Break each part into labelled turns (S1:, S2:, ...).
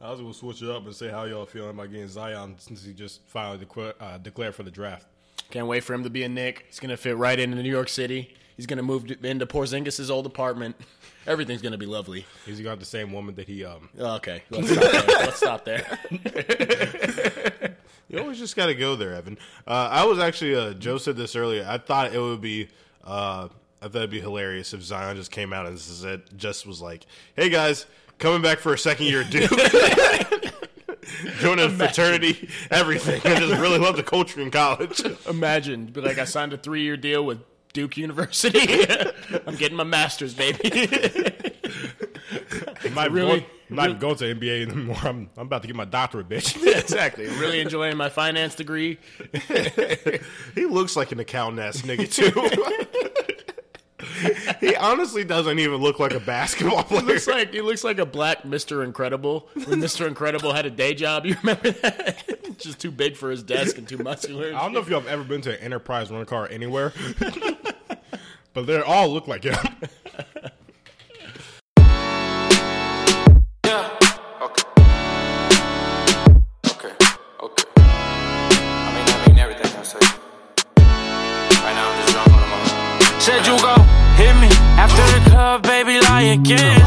S1: I was gonna switch it up and say how y'all feeling about getting Zion since he just finally decla- uh, declared for the draft.
S2: Can't wait for him to be a Nick. He's going to fit right into New York City. He's going to move to- into Porzingis' old apartment. Everything's going to be lovely. Oh,
S1: He's got the same woman that he um.
S2: Okay, let's stop there. let's stop there.
S1: You always just gotta go there, Evan. Uh, I was actually uh, Joe said this earlier. I thought it would be. Uh, I thought it'd be hilarious if Zion just came out and said, just was like, "Hey guys, coming back for a second year, dude." Joining a fraternity, everything. I just really love the culture in college.
S2: Imagine, but like I signed a three-year deal with Duke University. I'm getting my master's, baby.
S1: I'm not,
S2: Really?
S1: going, I'm not even going to NBA anymore. I'm, I'm about to get my doctorate, bitch.
S2: exactly. Really enjoying my finance degree.
S1: He looks like an accountant ass nigga too. he honestly doesn't even look like a basketball player.
S2: Looks like he looks like a black Mr. Incredible. When Mr. Incredible had a day job, you remember that? Just too big for his desk and too muscular.
S1: I don't know if y'all have ever been to an enterprise rent car anywhere, but they all look like him.
S3: Okay. Okay. Okay. I mean, I mean everything I say. Right now, I'm just drunk on my
S4: Said you go hit me after the club, baby, lie again.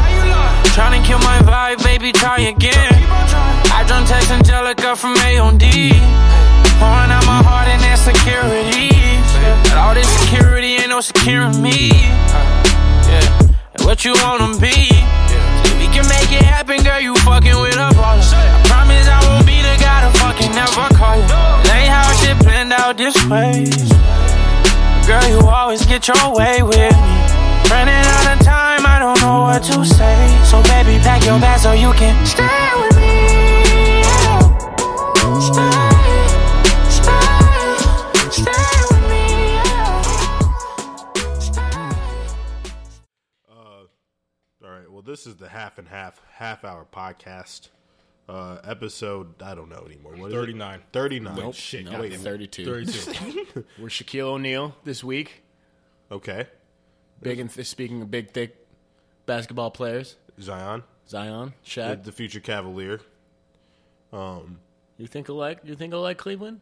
S4: Tryna kill my vibe, baby, try again. I don't text Angelica from AOD. Pouring out my heart and insecurity. But all this security ain't no securing me. Yeah, and what you wanna be? If we can make it happen, girl, you fucking with a baller. I promise I won't be the guy to fucking never call you. It ain't how shit planned out this way. Girl, you always get your way with me. Running out of time, I don't know what to say. So, baby, pack your bag so you can stay with me. yeah. Stay, stay, stay with me. yeah. Stay.
S1: All right, well, this is the half and half half hour podcast uh, episode. I don't know anymore. What is it?
S5: 39.
S1: 39.
S2: Nope,
S1: Shit,
S2: nope,
S1: wait,
S2: 32.
S1: 32.
S2: We're Shaquille O'Neal this week.
S1: okay,
S2: Big and th- speaking of big, thick basketball players,
S1: Zion,
S2: Zion,
S1: the,
S2: Shaq.
S1: the future Cavalier.
S2: You think alike? You think alike Cleveland?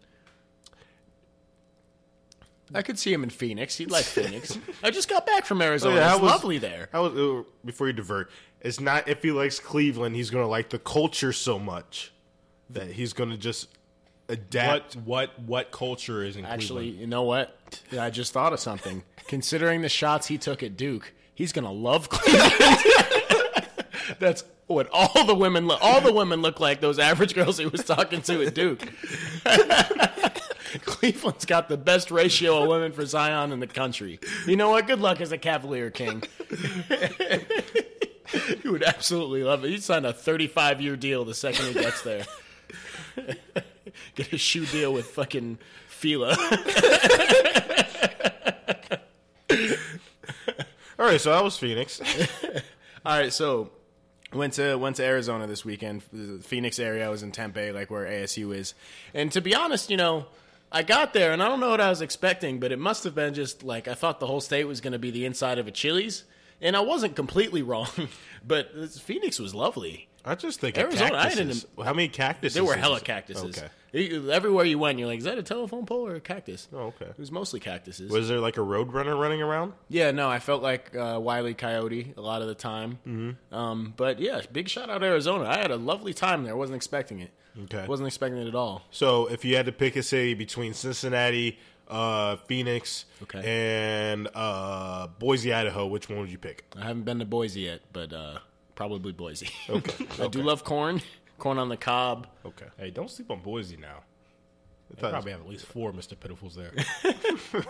S2: I could see him in Phoenix. He'd like Phoenix. I just got back from Arizona.
S1: Oh, Yeah, I
S2: it's
S1: was-
S2: lovely there.
S1: I was uh, before you divert. It's not if he likes Cleveland, he's gonna like the culture so much that he's gonna just adapt.
S5: What what what culture is in
S2: Actually,
S5: Cleveland?
S2: you know what? Yeah, I just thought of something. Considering the shots he took at Duke, he's gonna love Cleveland. That's what all the women look. All the women look like those average girls he was talking to at Duke. Cleveland's got the best ratio of women for Zion in the country. You know what? Good luck as a Cavalier king. he would absolutely love it. He'd sign a 35 year deal the second he gets there. Get a shoe deal with fucking Fila.
S1: All right, so that was Phoenix.
S2: All right, so went to went to Arizona this weekend. The Phoenix area. I was in Tempe, like where ASU is. And to be honest, you know, I got there and I don't know what I was expecting, but it must have been just like I thought the whole state was going to be the inside of a Chili's, and I wasn't completely wrong. but this- Phoenix was lovely.
S1: I just think
S2: Arizona,
S1: Arizona.
S2: I
S1: Of
S2: didn't-
S1: cactuses. How many cactuses?
S2: There were
S1: is-
S2: hella cactuses.
S1: Okay.
S2: E- Everywhere you went, you're like, is that a telephone pole or a cactus?
S1: Oh, okay.
S2: It was mostly cactuses.
S1: Was there like a roadrunner running around?
S2: Yeah, no, I felt like uh, Wiley Coyote a lot of the time. Mm-hmm. Um, but yeah, big shout out Arizona. I had a lovely time there. wasn't expecting it.
S1: Okay.
S2: wasn't expecting it at all.
S1: So if you had to pick a city between Cincinnati, uh, Phoenix,
S2: Okay.
S1: and uh, Boise, Idaho, which one would you pick?
S2: I haven't been to Boise yet, but uh, probably Boise. Okay, I do love corn, corn on the cob.
S1: Okay.
S5: Hey, don't sleep on Boise now. They
S1: thought-
S5: probably have at least four Mr. Pitifuls there.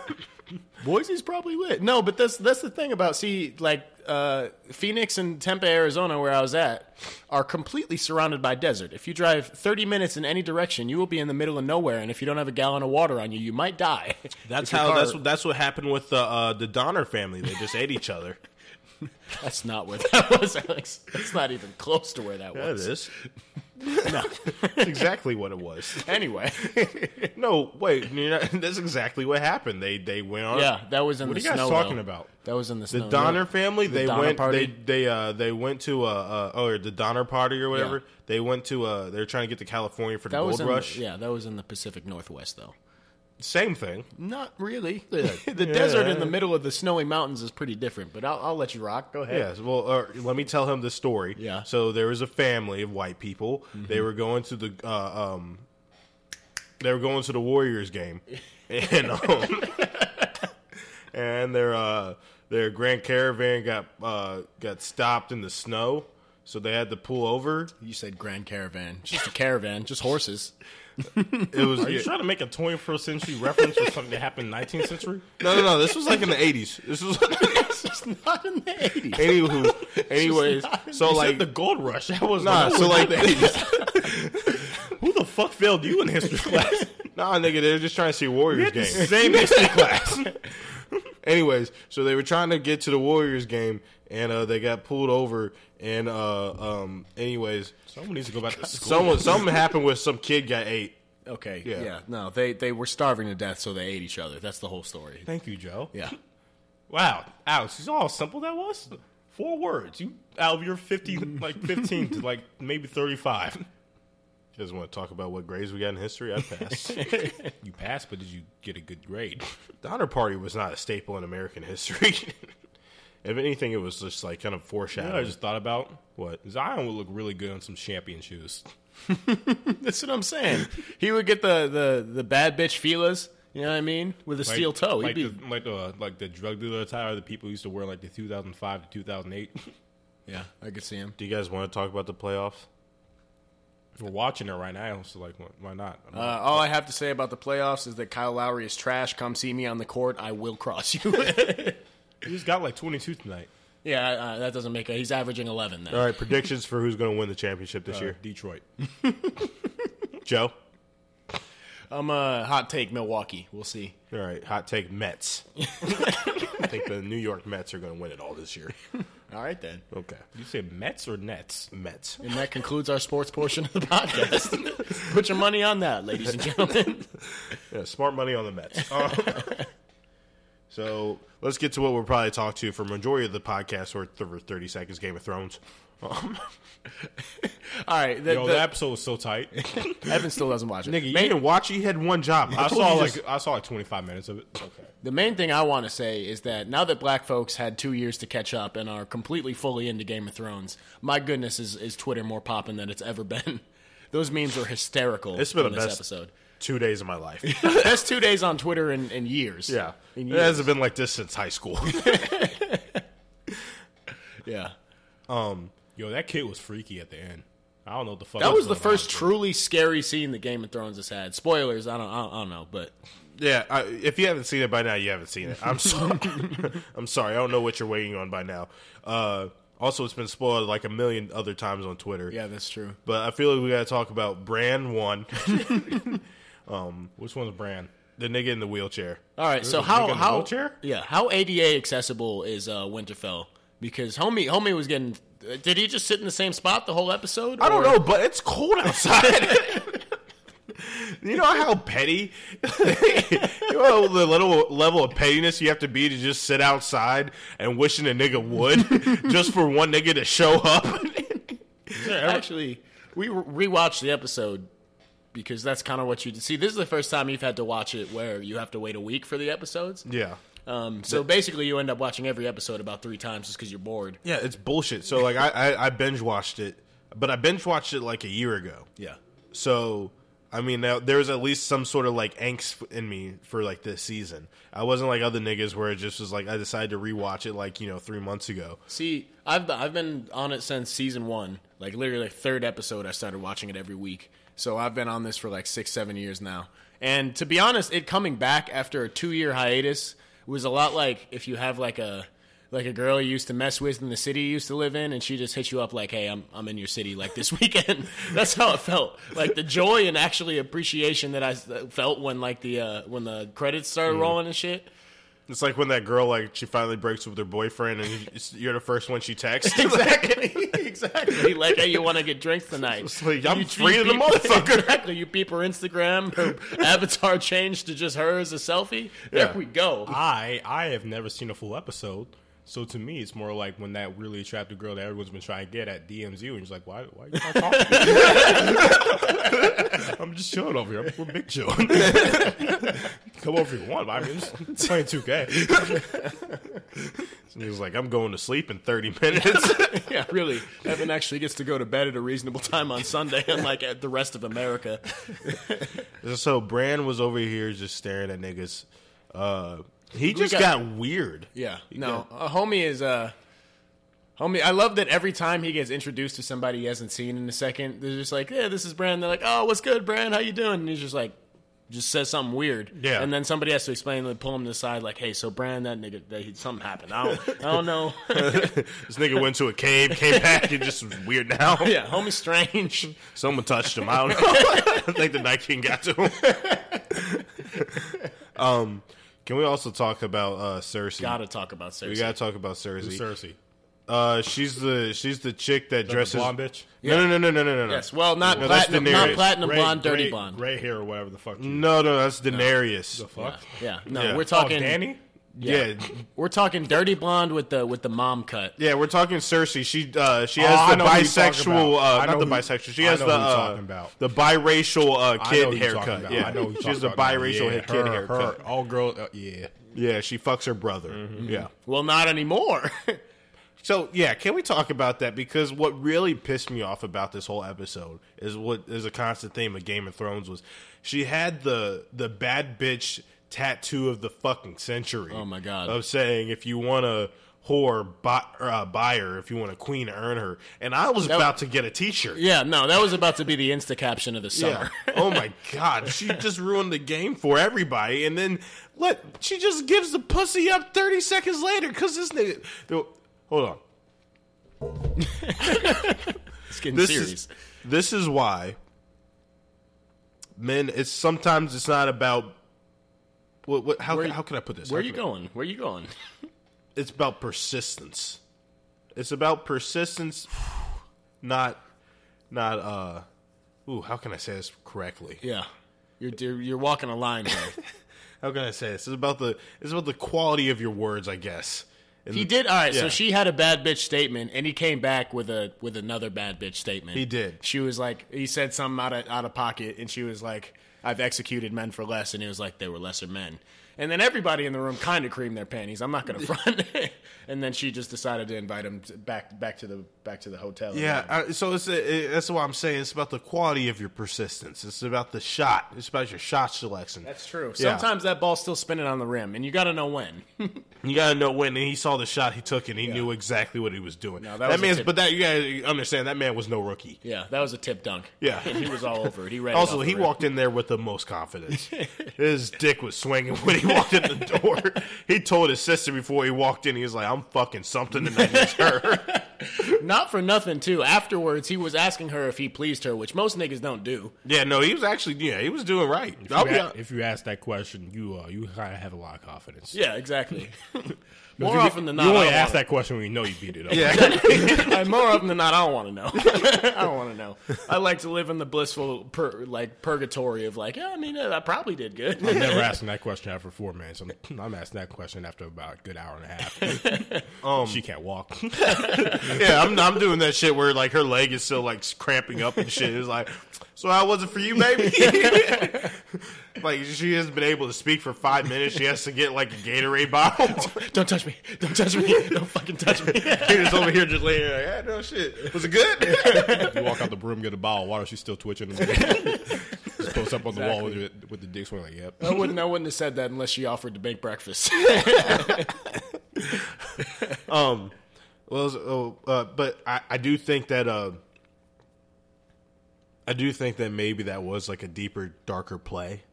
S2: Boise's probably lit. No, but that's that's the thing about see like uh, Phoenix and Tempe, Arizona, where I was at, are completely surrounded by desert. If you drive 30 minutes in any direction, you will be in the middle of nowhere, and if you don't have a gallon of water on you, you might die.
S1: That's
S2: If your
S1: how.
S2: car-
S1: That's what. That's what happened with the uh, the Donner family. They just ate each other.
S2: That's not where that was, Alex. That's not even close to where that
S1: That
S2: was.
S1: is. That's exactly what it was.
S2: Anyway,
S1: No, wait. You're not, that's exactly what happened. They they went on.
S2: yeah, that was in
S1: What are
S2: the
S1: you guys
S2: snow,
S1: talking
S2: though.
S1: about?
S2: That was in the snow.
S1: The Donner
S2: yeah.
S1: family, they
S2: Donner
S1: went.
S2: Party?
S1: They they uh they went to uh, uh or the Donner party or whatever. They went to uh they're trying to get to California for the
S2: That was
S1: gold
S2: in
S1: rush.
S2: The, yeah, that was in the Pacific Northwest, though.
S1: Same thing.
S2: Not really. The, the desert in the middle of the snowy mountains is pretty different, but I'll, I'll let you rock. Go ahead.
S1: Yes. Well, uh, let me tell him the story.
S2: Yeah.
S1: So there was a family of white people.
S5: Mm-hmm.
S1: They were going to the uh, um, they were going to the Warriors game, and um, and their uh, their grand caravan got uh, got stopped in the snow, so they had to pull over.
S2: You said Grand Caravan. Just a caravan, just horses.
S1: It was
S5: Are you trying to make a 21st century reference for something that happened 19th century?
S1: no, no, no. This was like in the eighties. This was
S2: It's just not in the 80s.
S1: anywho, anyways. So
S5: You
S1: like
S5: said the gold rush. That was
S1: Nah,
S5: that
S1: so
S5: was-
S1: like the 80s.
S5: who the fuck failed you in history class?
S1: Nah, nigga, they're just trying to see Warriors game.
S5: Same history class.
S1: Anyways, so they were trying to get to the Warriors game, and uh, they got pulled over. And uh, um, anyways,
S5: Someone needs to go back to school.
S1: someone something happened with some kid got ate.
S2: Okay, yeah.
S1: Yeah.
S2: No, they, they were starving to death, so they ate each other. That's the whole story.
S5: Thank you, Joe.
S2: Yeah.
S5: Wow, Alex, you saw how simple that was? Four words. You out of your fifty, like fifteen to like maybe thirty-five.
S1: You guys want to talk about what grades we got in history? I passed.
S5: You passed, but did you get a good grade?
S1: the Honor Party was not a staple in American history. if anything, it was just like kind of
S5: You know what I
S1: foreshadowing.
S5: just thought about
S1: what?
S5: Zion would look really good on some champion shoes.
S2: That's what I'm saying. he would get the, the, the bad bitch feelers, you know what I mean? With a
S5: Like-
S2: steel toe. He'd
S5: like
S2: be,
S5: the, like the like the drug dealer attire that people used to wear like the 2005 to 2008.
S2: yeah, I could see him.
S1: Do you guys want to talk about the playoffs?
S5: We're watching it right now, so like, why- why not? I'm
S2: Uh, all I have to say about the playoffs is that Kyle Lowry is trash. Come see me on the court. I will cross you.
S5: like, he just got like 22 tonight.
S2: yeah, uh, that doesn't make it. He's averaging 11 now.
S1: All right, predictions for who's going to win the championship this
S5: Uh,
S1: year?
S5: Detroit.
S1: Joe.
S2: I'm a hot take Milwaukee. We'll see.
S1: All right, hot take Mets. I think the New York Mets are going to win it all this year.
S2: All right, then.
S1: Okay,
S5: You say Mets or Nets?
S1: Mets.
S2: And that concludes our sports portion of the podcast. Put your money on that, ladies and gentlemen.
S1: Yeah, smart money on the Mets. Uh, so let's get to what we'll probably talk to for majority of the podcast or th- for 30 seconds Game of Thrones.
S2: All right. The,
S5: Um, Yo,
S2: the-
S5: that episode was so tight.
S2: Evan still doesn't watch it.
S1: Nigga, you didn't watch. You had one job.
S5: I saw like I saw like 25 minutes of it. Okay.
S2: The main thing I want to say is that now that black folks had two years to catch up and are completely fully into Game of Thrones, my goodness, is, is Twitter more popping than it's ever been. Those memes were hysterical
S1: It's been
S2: in
S1: the
S2: this
S1: best.
S2: episode.
S1: two days of my life.
S2: best two days on Twitter in, in years.
S1: Yeah,
S2: In
S1: it
S2: years.
S1: hasn't been like this since high school.
S2: yeah.
S1: Um,
S5: Yo, that kid was freaky at the end. I don't know what the fuck.
S2: That was the
S5: going
S2: first
S5: on.
S2: truly scary scene that Game of Thrones has had. Spoilers, I don't, I don't, I don't know, but
S1: yeah, I, if you haven't seen it by now, you haven't seen it. I'm sorry. I'm sorry. I don't know what you're waiting on by now. Uh, also, it's been spoiled like a million other times on Twitter.
S2: yeah, that's true.
S1: But I feel like we gotta talk about Brand One, Um,
S5: Which one's brand?
S1: the nigga in the wheelchair.
S2: All right, so
S5: a
S2: how
S5: nigga in a
S2: how
S5: wheelchair?
S2: yeah how ADA accessible is uh, Winterfell? Because homie homie was getting did he just sit in the same spot the whole episode?
S1: I don't
S2: Or-
S1: know, but it's cold outside. you know how petty, you know the little level of pettiness you have to be to just sit outside and wishing a nigga would just for one nigga to show up.
S2: Actually, we re- rewatched the episode because that's kind of what you see. This is the first time you've had to watch it where you have to wait a week for the episodes.
S1: yeah, Mm,
S2: Um, so basically, you end up watching every episode about three times just because you're bored.
S1: yeah, it's bullshit. So like, I I, I binge watched it, but I binge watched it like a year ago.
S2: Yeah.
S1: So, I mean, now there was at least some sort of like angst in me for like this season. I wasn't like other niggas where it just was like I decided to rewatch it like you know three months ago.
S2: See, I've I've been on it since season one, like literally like third episode. I started watching it every week, so I've been on this for like six, seven years now. And to be honest, it coming back after a two year hiatus was a lot like if you have like a like a girl you used to mess with in the city you used to live in, and she just hits you up like, "Hey, I'm I'm in your city like this weekend." That's how it felt. Like the joy and actually appreciation that I s- felt when like the uh, when the credits started rolling and shit.
S1: It's like when that girl like she finally breaks up with her boyfriend and you- you're the first one she texts.
S2: Exactly. exactly. Like, hey, you want to get drinks tonight?
S1: like, I'm
S2: You- you
S1: free to the
S2: peep-
S1: motherfucker.
S2: Exactly. You peep her Instagram. Her avatar changed to just her as a selfie.
S1: Yeah.
S2: There we go.
S5: I I have never seen a full episode. So to me, it's more like when that really attractive girl that everyone's been trying to get at DMs you, and she's like, "Why? Why are you not talking?" to me?" I'm just chilling over here. We're big chilling. Come over if you want. but I'm just playing 2K.
S1: And he was like, I'm going to sleep in 30 minutes.
S2: Yeah, really. Evan actually gets to go to bed at a reasonable time on Sunday, unlike at the rest of America.
S1: so Brand was over here just staring at niggas. Uh, he just got,
S2: got-
S1: weird.
S2: Yeah. No, a homie is uh homie. I love that every time he gets introduced to somebody he hasn't seen in a second, they're just like, "Yeah, this is Brand." They're like, "Oh, what's good, Brand? How you doing?" And he's just like, just says something weird.
S1: Yeah.
S2: And then somebody has to explain, like, pull him to the side, like, "Hey, so Brand, that nigga, that he, something happened. I don't, I don't know."
S1: This nigga went to a cave, came back, and just was weird now.
S2: yeah, homie's strange.
S1: Someone touched him. I don't know. I think the Night King got to him. um, can we also talk about uh, Cersei?
S2: Gotta talk about
S1: we
S2: Cersei.
S1: gotta talk about Cersei.
S5: Cersei,
S1: Uh, she's the she's the chick that
S5: the
S1: dresses.
S5: blonde bitch,
S1: No, no, no, no, no, no, no.
S2: yes. Well, not
S1: No, that's
S2: platinum, not
S1: Daenerys.
S2: platinum
S5: Gray-
S2: blonde, dirty
S5: gray-
S2: blonde.
S5: gray hair or whatever the fuck. you-
S1: no, no, that's Daenerys.
S5: The fuck.
S2: Yeah. No,
S1: Yeah.
S2: we're
S5: Oh,
S2: talking.
S5: Danny.
S1: Yeah. yeah,
S2: We're talking dirty blonde with the with the mom cut.
S1: we're talking Cersei. She uh, she
S5: Oh,
S1: has
S5: I
S1: the
S5: know who you're talking
S1: bisexual,
S5: about.
S1: uh,
S5: I
S1: not the
S5: know who-
S1: bisexual. She
S5: I
S1: has the
S5: know who you're
S1: uh,
S5: talking about.
S1: the biracial uh,
S5: I know
S1: kid
S5: who you're talking
S1: haircut.
S5: about.
S1: Yeah,
S5: I know who you're
S1: she has the
S5: talking about.
S1: biracial
S5: Yeah,
S1: head- kid
S5: her-
S1: haircut.
S5: her- Mm-hmm. all girl. uh, yeah.
S1: Yeah, she fucks her brother. Yeah.
S2: Well, not anymore.
S1: So yeah, can we talk about that? Because what really pissed me off about this whole episode is what is a constant theme of Game of Thrones was she had the the bad bitch tattoo of the fucking century.
S2: Oh, my God.
S1: Of saying if you want a whore, buy, uh, buy her. If you want a queen, earn her. And I was about to get a T-shirt.
S2: Yeah, no, that was about to be the insta caption of the
S1: Yeah.
S2: summer.
S1: oh my god, she just ruined the game for everybody, and then let she just gives the pussy up thirty seconds later because this nigga. no, Hold on.
S2: It's getting
S1: This
S2: serious.
S1: is this is why men. It's sometimes it's not about. What, what, how, how can I put this?
S2: Where are
S1: How
S2: you
S1: can I-
S2: going? Where are you going?
S1: It's about persistence. It's about persistence, not, not. uh Ooh, how can I say this correctly?
S2: Yeah, you're you're, you're walking a line here.
S1: How can I say this? It's about the it's about the quality of your words, I guess. And
S2: he did all right.
S1: Yeah.
S2: So she had a bad bitch statement, and he came back with a with another bad bitch statement.
S1: He did.
S2: She was like, he said something out of out of pocket, and she was like, "I've executed men for less," and he was like, "They were lesser men." And then everybody in the room kind of creamed their panties. I'm not going to front. and then she just decided to invite him to- back back to the back to the hotel.
S1: Yeah, I, so it's it, that's why I'm saying it's about the quality of your persistence. It's about the shot. It's about your shot selection.
S2: That's true.
S1: Yeah.
S2: Sometimes that ball's still spinning on the rim, and you got to know when.
S1: You gotta know when. And he saw the shot he took, and he knew exactly what he was doing.
S2: No, that
S1: that
S2: was a
S1: man's,
S2: tip.
S1: but that you gotta understand that man was no rookie.
S2: yeah, that was a tip dunk.
S1: Yeah.
S2: he was all over it. He read. it
S1: Also,
S2: off the
S1: he
S2: rip.
S1: walked in there with the most confidence. his dick was swinging when he walked in the door. he told his sister before he walked in, he was like, "I'm fucking something tonight." It's her.
S2: Not for nothing, too. Afterwards, he was asking her if he pleased her, which most niggas don't do.
S1: yeah, no, he was actually, yeah, he was doing right.
S2: Oh,
S1: I'll
S5: You
S1: be
S5: a-
S1: hon-
S5: if you ask that question, you uh, you gotta have a lot of confidence.
S2: Yeah, exactly.
S5: If
S2: more
S5: you-
S2: often than not,
S5: you
S2: I
S5: only
S2: don't
S5: ask
S2: wanna-
S5: that question when you know you beat it up.
S1: yeah.
S2: I- more often than not, I don't want to know. I don't want to know. I like to live in the blissful, pur- like purgatory of like, yeah, I mean, uh, I probably did good.
S5: I'm never asking that question after four minutes. I'm, I'm asking that question after about a good hour and a half. Um, she can't walk.
S1: Yeah, I'm, I'm doing that shit where like her leg is still like cramping up and shit. It's like, so how was it for you, baby? like she hasn't been able to speak for five minutes. She has to get like a Gatorade bottle.
S2: don't touch me. Don't touch me. Don't fucking touch me.
S1: Peter's over here just laying there like, ah, no shit. Was it good?
S5: you walk out the room, get a bottle of water. She's still twitching. Just post up on the wall with, it- with the dick swing. Like, yep.
S2: I wouldn't. I wouldn't have said that unless she offered to make breakfast.
S1: um, well, it was- oh, uh, but I, I do think that uh, I do think that maybe that was like a deeper, darker play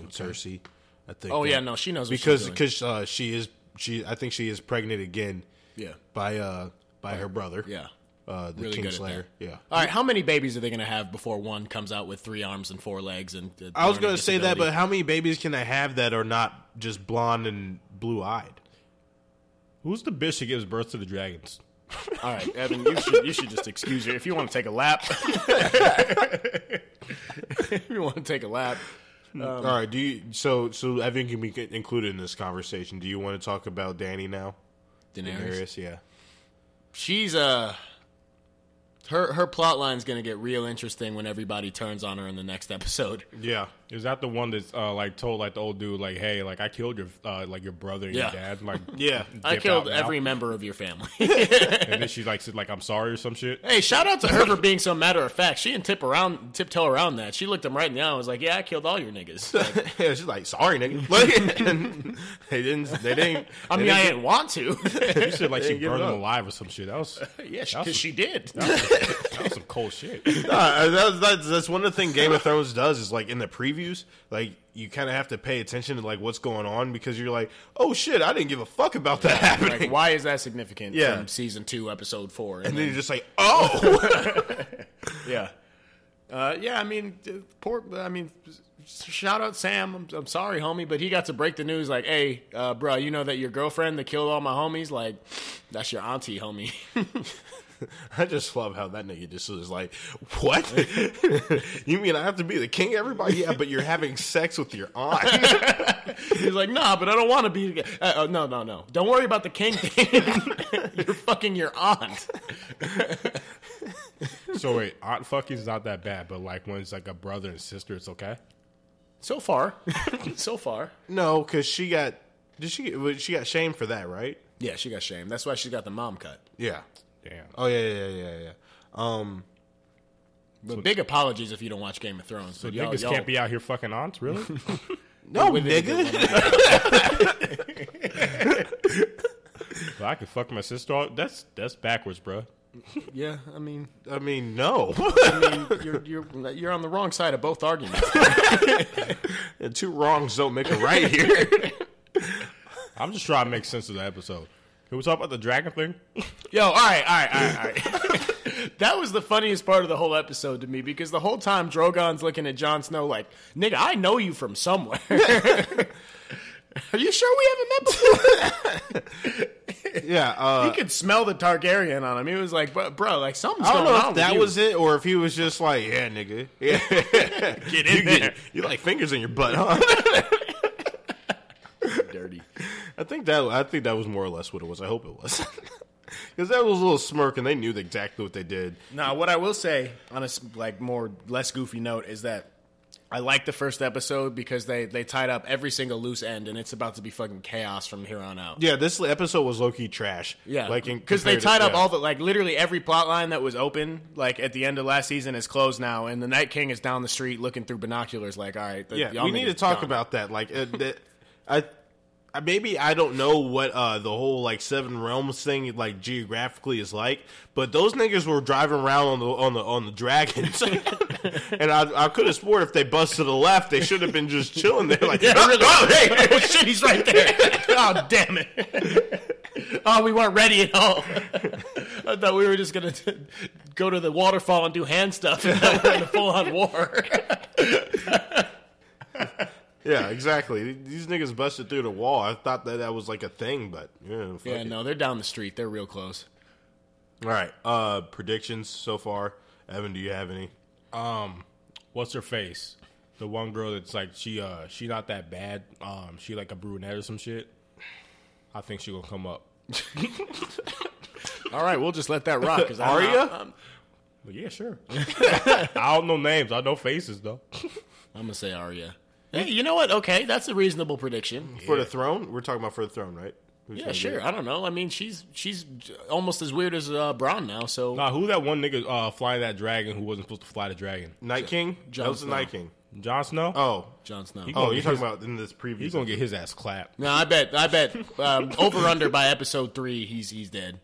S1: on Cersei. I think.
S2: Oh
S1: that-
S2: yeah, no, she knows what
S1: because
S2: she's doing.
S1: because uh, she is she I think she is pregnant again.
S2: Yeah.
S1: By uh by her brother.
S2: yeah.
S1: Uh, the
S2: Really good at
S1: Kingslayer.
S2: that.
S1: Yeah.
S2: All right, how many babies are they going to have before one comes out with three arms and four legs? And
S1: I was gonna say that, but how many babies can I have that are not just blonde and blue eyed?
S5: Who's the bitch that gives birth to the dragons?
S2: All right, Evan, you should you should just excuse her if you want to take a lap. if you want to take a lap,
S1: Um, All right, do you so so Evan can be get- included in this conversation? Do you want to talk about Danny now? Daenerys, yeah.
S2: she's uh her her plot line's gonna get real interesting when everybody turns on her in the next episode.
S1: Yeah.
S5: Is that the one that's uh, like told like the old dude like, hey, like I killed your uh, like your brother and
S2: Yeah.
S5: your dad, like
S1: Yeah.
S2: I
S5: dip
S2: killed
S5: out now?
S2: every member of your family.
S5: and then she like said like I'm sorry or some shit.
S2: hey, shout out to her for being so matter of fact. She didn't tip around tiptoe around that. She looked him right in the eye and was like, "Yeah, I killed all your niggas. Like,
S1: yeah, she's like, sorry, nigga. Like, and they didn't. They didn't.
S2: I mean, I didn't want to.
S5: You said like she
S1: give it
S5: burned him
S1: up.
S5: alive or some shit. That was
S2: yeah,
S5: That was
S2: because she did.
S5: that was some cold shit.
S1: Nah, that's, that's, that's one of the things Game of Thrones does is like in the previews, like you kind of have to pay attention to like what's going on because you're like, oh shit, I didn't give a fuck about that happening.
S2: Like, why is that significant?
S1: Yeah.
S2: from season two, episode four,
S1: and then you're just like, oh,
S2: Yeah. Uh, yeah, I mean, uh, poor. I mean, shout out Sam. I'm, I'm sorry, homie, but he got to break the news like, "Hey, uh, bro, you know that your girlfriend that killed all my homies, like, that's your auntie, homie."
S1: I just love how that nigga just was like, what? you mean I have to be the king? of Everybody, yeah, but you're having sex with your aunt.
S2: He's like, "Nah, but I don't want to be." Uh, oh, no, no, no. Don't worry about the king thing. You're fucking your aunt.
S5: So wait, aunt fucking's not that bad, but like when it's like a brother and sister, it's okay.
S2: So far, so far.
S1: no, because she got did she get- well, she got shamed for that, right?
S2: Yeah, she got shamed. That's why she got the mom cut.
S1: Yeah.
S5: Damn.
S1: Oh yeah, yeah, yeah, yeah. Um,
S2: But big apologies if you don't watch Game of Thrones.
S5: So
S2: but y'all-
S5: niggas
S2: y'all-
S5: can't be out here fucking aunts, really?
S1: no,
S2: we didn't get
S1: nigga.
S5: But I could fuck my sister. All, that's that's backwards, bro.
S2: Yeah, I mean,
S1: I mean, no.
S2: you're you're you're on the wrong side of both arguments.
S1: Two wrongs don't make a right here.
S5: I'm just trying to make sense of the episode. Can we talk about the dragon thing?
S2: Yo, all right, all right, all right, all right. that was the funniest part of the whole episode to me because the whole time Drogon's looking at Jon Snow like, nigga, I know you from somewhere. Are you sure we haven't met before?
S1: yeah. Uh,
S2: he could smell the Targaryen on him. He was like, bro, bro like something's
S1: I don't
S2: going on.
S1: know if
S2: with
S1: that
S2: you."
S1: was it or if he was just like, yeah, nigga. Yeah.
S5: Get
S1: you, get, you like fingers in your butt, huh? Dirty. I think that I think that was more or less what it was. I hope it was. Because that was a little smirk, and they knew exactly what they did.
S2: Now, what I will say on a s- like more less goofy note is that I like the first episode because they they tied up every single loose end and it's about to be fucking chaos from here on out.
S1: Yeah, this episode was low key trash.
S2: Yeah,
S1: like
S2: because they tied up all the like literally every plot line that was open like at the end of last season is closed now, and the Night King is down the street looking through binoculars like, all right, th-
S1: Yeah,
S2: y'all
S1: we need to
S2: niggas
S1: talk
S2: done.
S1: about that. Like, uh, that, I, I maybe I don't know what uh, the whole like seven realms thing like geographically is like, but those niggas were driving around on the on the on the dragons, and I I could have swore if they bust to the left, they should have been just chilling there. Like, "Oh, oh, hey,
S2: oh shit, he's right there. oh damn it. Oh, we weren't ready at all. I thought we were just gonna t- go to the waterfall and do hand stuff. And now we're in a full-on war.
S1: yeah, exactly. These niggas busted through the wall. I thought that that was like a thing, but yeah, fuck
S2: yeah,
S1: it.
S2: no, they're down the street. They're real close.
S1: All right, uh, predictions so far. Evan, do you have any?
S5: Um, what's her face? The one girl that's like she uh she not that bad. Um, she like a brunette or some shit. I think she gonna come up.
S2: All right, we'll just let that rock. 'cause I'm
S1: Arya?
S2: not- I'm,
S5: Well, yeah, sure. I don't know names. I know faces though.
S2: I'm gonna say Arya. Hey, you know what? Okay, that's a reasonable prediction.
S1: For the throne, we're talking about for the throne, right? Who's
S2: Yeah,
S1: gonna get it?
S2: sure. I don't know. I mean, she's she's almost as weird as uh, Braun now. So
S5: Nah, who that one nigga uh flying that dragon who wasn't supposed to fly the dragon?
S1: Night King?
S2: Jon
S1: that was the
S2: Snow.
S1: Night King.
S5: Jon Snow.
S1: Oh.
S2: Jon Snow.
S5: He-
S1: Oh,
S5: Oh,
S1: you're
S5: he's-
S1: talking about in this preview.
S5: He's gonna get his ass clapped.
S2: No, I bet. I bet. Um, over under by episode three, he's he's dead.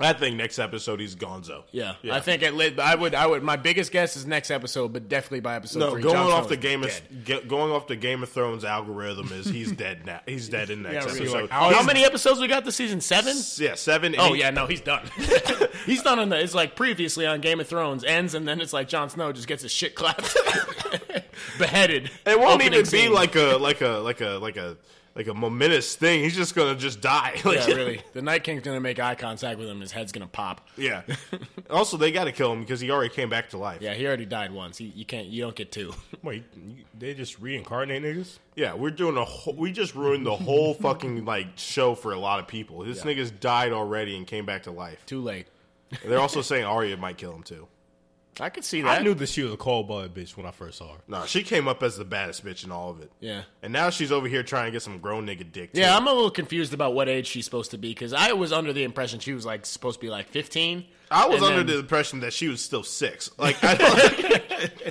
S1: I think next episode he's Gonzo.
S2: Yeah, I think at least I would. I would. My biggest guess is next episode, but definitely by episode
S1: No,
S2: three.
S1: going
S2: Jon
S1: off the
S2: Snow is
S1: Game
S2: dead.
S1: of ge- going off the Game of Thrones algorithm is he's dead now. He's dead in next
S2: really.
S1: episode.
S5: Like, I'll-
S2: How many episodes we got this season? Seven.
S1: yeah, seven.
S2: Oh
S1: eight.
S2: yeah, no, he's done. he's done on the. It's like previously on Game of Thrones ends, and then it's like Jon Snow just gets his shit clapped, beheaded.
S1: It won't
S2: Opening
S1: even be
S2: scene.
S1: like a like a like a like a like a momentous thing, he's just gonna just die. Like,
S2: Yeah, really. The Night King's gonna make eye contact with him. His head's gonna pop.
S1: yeah. also, they got to kill him because he already came back to life.
S2: Yeah, he already died once. He, you can't. You don't get two.
S5: Wait, you- they just reincarnate niggas?
S1: Yeah, we're doing a whole, we just ruined the whole fucking like show for a lot of people. This nigga's died already and came back to life.
S2: Too late.
S1: They're also saying Arya might kill him too.
S2: I could see that.
S5: I knew that she was a cold blooded bitch when I first saw her.
S1: Nah, she came up as the baddest bitch in all of it.
S2: Yeah.
S1: And now she's over here trying to get some grown nigga dick. Too.
S2: Yeah, I'm a little confused about what age she's supposed to be because I was under the impression she was like supposed to be like 15.
S1: I was
S2: and
S1: under
S2: then,
S1: the impression that she was still six. Like, I don't,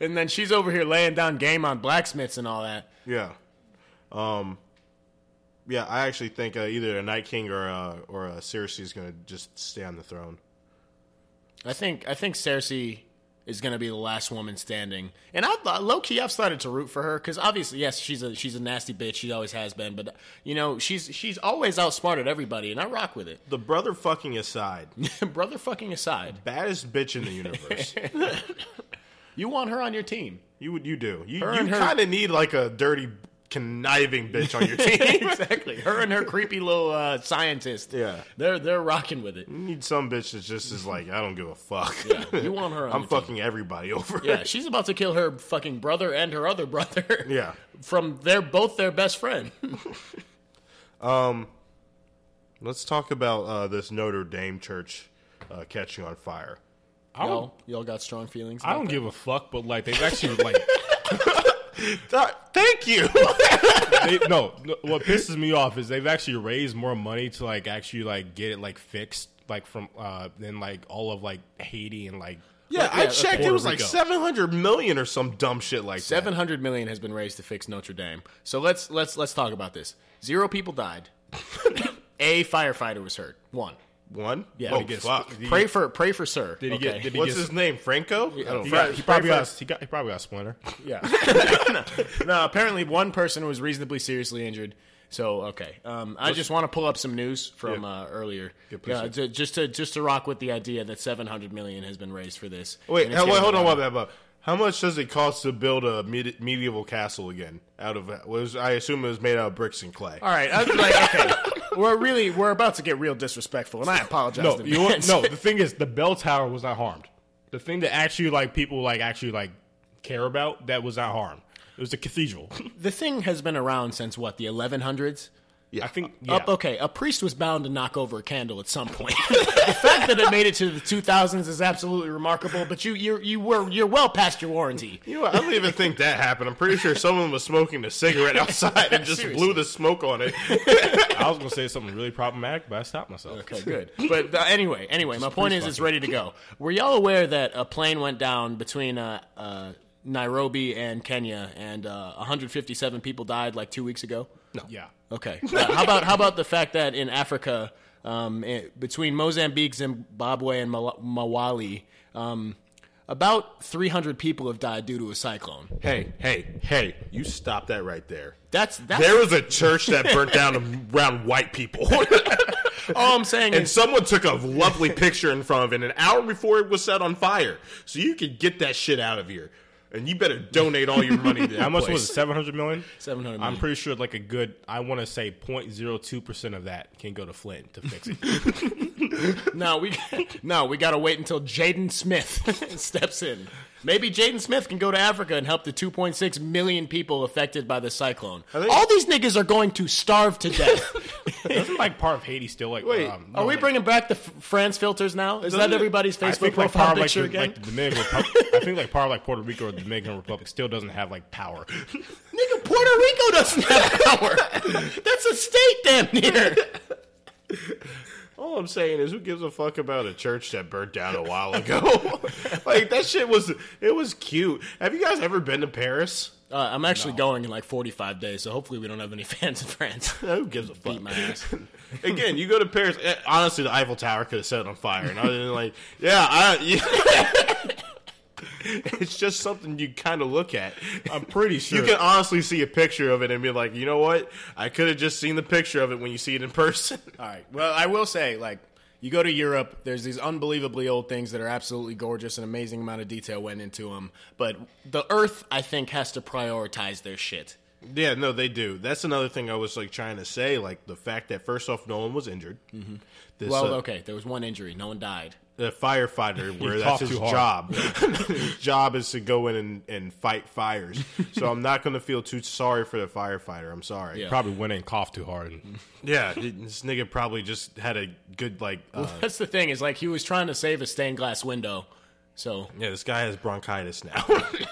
S2: and then she's over here laying down game on blacksmiths and all that.
S1: yeah, um, yeah. I actually think uh, either a Night King or uh, or a Cersei is gonna just stay on the throne.
S2: I think I think Cersei is going to be the last woman standing, and I low key I've started to root for her because obviously yes she's a she's a nasty bitch she always has been, but you know she's she's always outsmarted everybody, and I rock with it.
S1: The brother fucking aside,
S2: Brother fucking aside,
S1: baddest bitch in the universe.
S2: you want her on your team.
S1: You would you do. You
S2: Her
S1: you
S2: and her-
S1: kind of need like a dirty conniving bitch on your team.
S2: exactly, her and her creepy little uh, scientist.
S1: Yeah.
S2: they're they're rocking with it.
S1: you need some bitch that's just is like I don't give a fuck.
S2: You want her on
S1: I'm
S2: your team.
S1: fucking everybody over.
S2: Yeah, she's about to kill her fucking brother and her other brother.
S1: Yeah.
S2: From they're both their best friend.
S1: Let's talk about uh, this Notre Dame church uh, catching on fire.
S5: I don't,
S2: y'all, y'all got strong feelings.
S5: I don't give a fuck, but like they've actually like
S1: thank you.
S5: they, no, no, What pisses me off is they've actually raised more money to like actually like get it like fixed like from uh than like all of like Haiti and like
S1: yeah, I
S2: that's
S1: checked. It was
S5: Puerto
S1: like
S5: Rico.
S1: 700 million or some dumb shit like
S2: Seven hundred million has been raised to fix Notre Dame. So let's let's let's talk about this. Zero people died. a firefighter was hurt. One.
S1: that. One.
S2: Yeah,
S1: Oh
S2: he gets-
S1: fuck.
S2: Pray for pray for sir.
S5: Did he get? Did he
S1: What's
S5: get?
S1: his name? Franco. I don't know.
S5: he, got, he probably got. He got. He probably got a splinter.
S2: yeah. no, apparently one person was reasonably seriously injured. So okay, um, I just want to pull up some news from uh, earlier.
S1: please
S2: Yeah, ju- just to just to rock with the idea that seven hundred million has been raised for this.
S1: Wait,
S2: And it's
S1: how, wait,
S2: getting
S1: hold on,
S2: better.
S1: about that, but how much does it cost to build a medi- medieval castle again? Out of was I assume it was made out of bricks and clay.
S2: All right, I was like, okay, we're really we're about to get real disrespectful, and I apologize.
S5: No,
S2: in
S5: you want,
S2: advance.
S5: no. The thing is, the bell tower was not harmed. The thing that actually like people like actually like care about that was not harmed. It was the cathedral.
S2: the thing has been around since what the 1100s.
S5: I think.
S2: Up,
S5: yeah.
S2: Oh, okay, a priest was bound to knock over a candle at some point. the fact that it made it to the 2000s is absolutely remarkable, but you you you were you're well past your warranty.
S1: You know, what, I don't even think that happened. I'm pretty sure someone was smoking a cigarette outside and just blew the smoke on it.
S5: I was gonna say something really problematic, but I stopped myself.
S2: Okay, good. But uh, anyway, anyway, my point is it's ready to go. Were y'all aware that a plane went down between uh, uh, Nairobi and Kenya, and uh, 157 people died like two weeks ago?
S5: Yeah.
S2: Okay. Uh, how about how about the fact that in Africa, um, i- between Mozambique, Zimbabwe, and Mal- Malawi, um, about 300 people have died due to a cyclone.
S1: Hey, hey, hey! You stop that right there.
S2: That's that's
S1: There was a church that burnt down around white people,
S2: all I'm saying.
S1: and
S2: is,
S1: someone took a lovely picture in front of it an hour before it was set on fire. So you could get that shit out of here, and you better donate all your money. to that
S5: How much
S1: place. Mm.
S5: was it? Seven hundred million.
S2: 700
S5: I'm
S2: million.
S5: pretty sure like a good. I want to say 0.02 percent of that can go to Flint to fix it.
S2: no, we no, we gotta wait until Jaden Smith steps in. Maybe Jaden Smith can go to Africa and help the 2.6 million people affected by the cyclone.
S1: think-
S2: All these niggas are going to starve to death.
S5: Isn't like part of Haiti still like?
S1: Wait,
S5: um,
S2: Are
S5: no,
S2: we
S5: like-
S2: bringing back the F- France filters now? Is
S1: Doesn't
S2: that
S1: it-
S2: everybody's
S5: I
S2: Facebook
S5: think like
S2: profile
S5: part of, like,
S2: picture
S5: the,
S2: again?
S5: like the Dominican Republic. I think like part of like Puerto Rico or the Dominican Republic still doesn't have like power.
S2: Nigga, Puerto Rico doesn't have power. That's a state damn near.
S1: All I'm saying is, who gives a fuck about a church that burnt down a while ago? like that shit was it was cute. Have you guys ever been to Paris?
S2: Uh, I'm actually going in like 45 days, so hopefully we don't have any fans in France.
S5: Oh,
S1: Who gives a fuck?
S2: Beat my ass.
S1: Again, you go to Paris. eh, Honestly, the Eiffel Tower could have set it on fire, and I was like, yeah, I, it's just something you kind of look at.
S5: I'm pretty
S1: You
S5: sure.
S1: can honestly see a picture of it and be like, you know what? I could have just seen the picture of it when you see it in person.
S2: All right. Well, I will say, like, you go to Europe, there's these unbelievably old things that are absolutely gorgeous, an amazing amount of detail went into them. But the Earth, I think, has to prioritize their shit.
S1: Yeah, no, they do. That's another thing I was like trying to say, like the fact that first off, no one was injured. Mm-hmm. This
S2: Well,
S1: uh,
S2: okay, there was one injury. No one died.
S1: a firefighter, where that's
S5: talked
S1: his
S5: too hard.
S1: job. his job is to go in and, and fight fires. So I'm not going to feel too sorry for the firefighter. I'm sorry.
S2: Yeah.
S5: Probably went in and coughed too hard. And
S1: Yeah, this nigga probably just had a good like. Uh,
S2: That's the thing is like he was trying to save a stained glass window. So
S1: yeah, this guy has bronchitis now.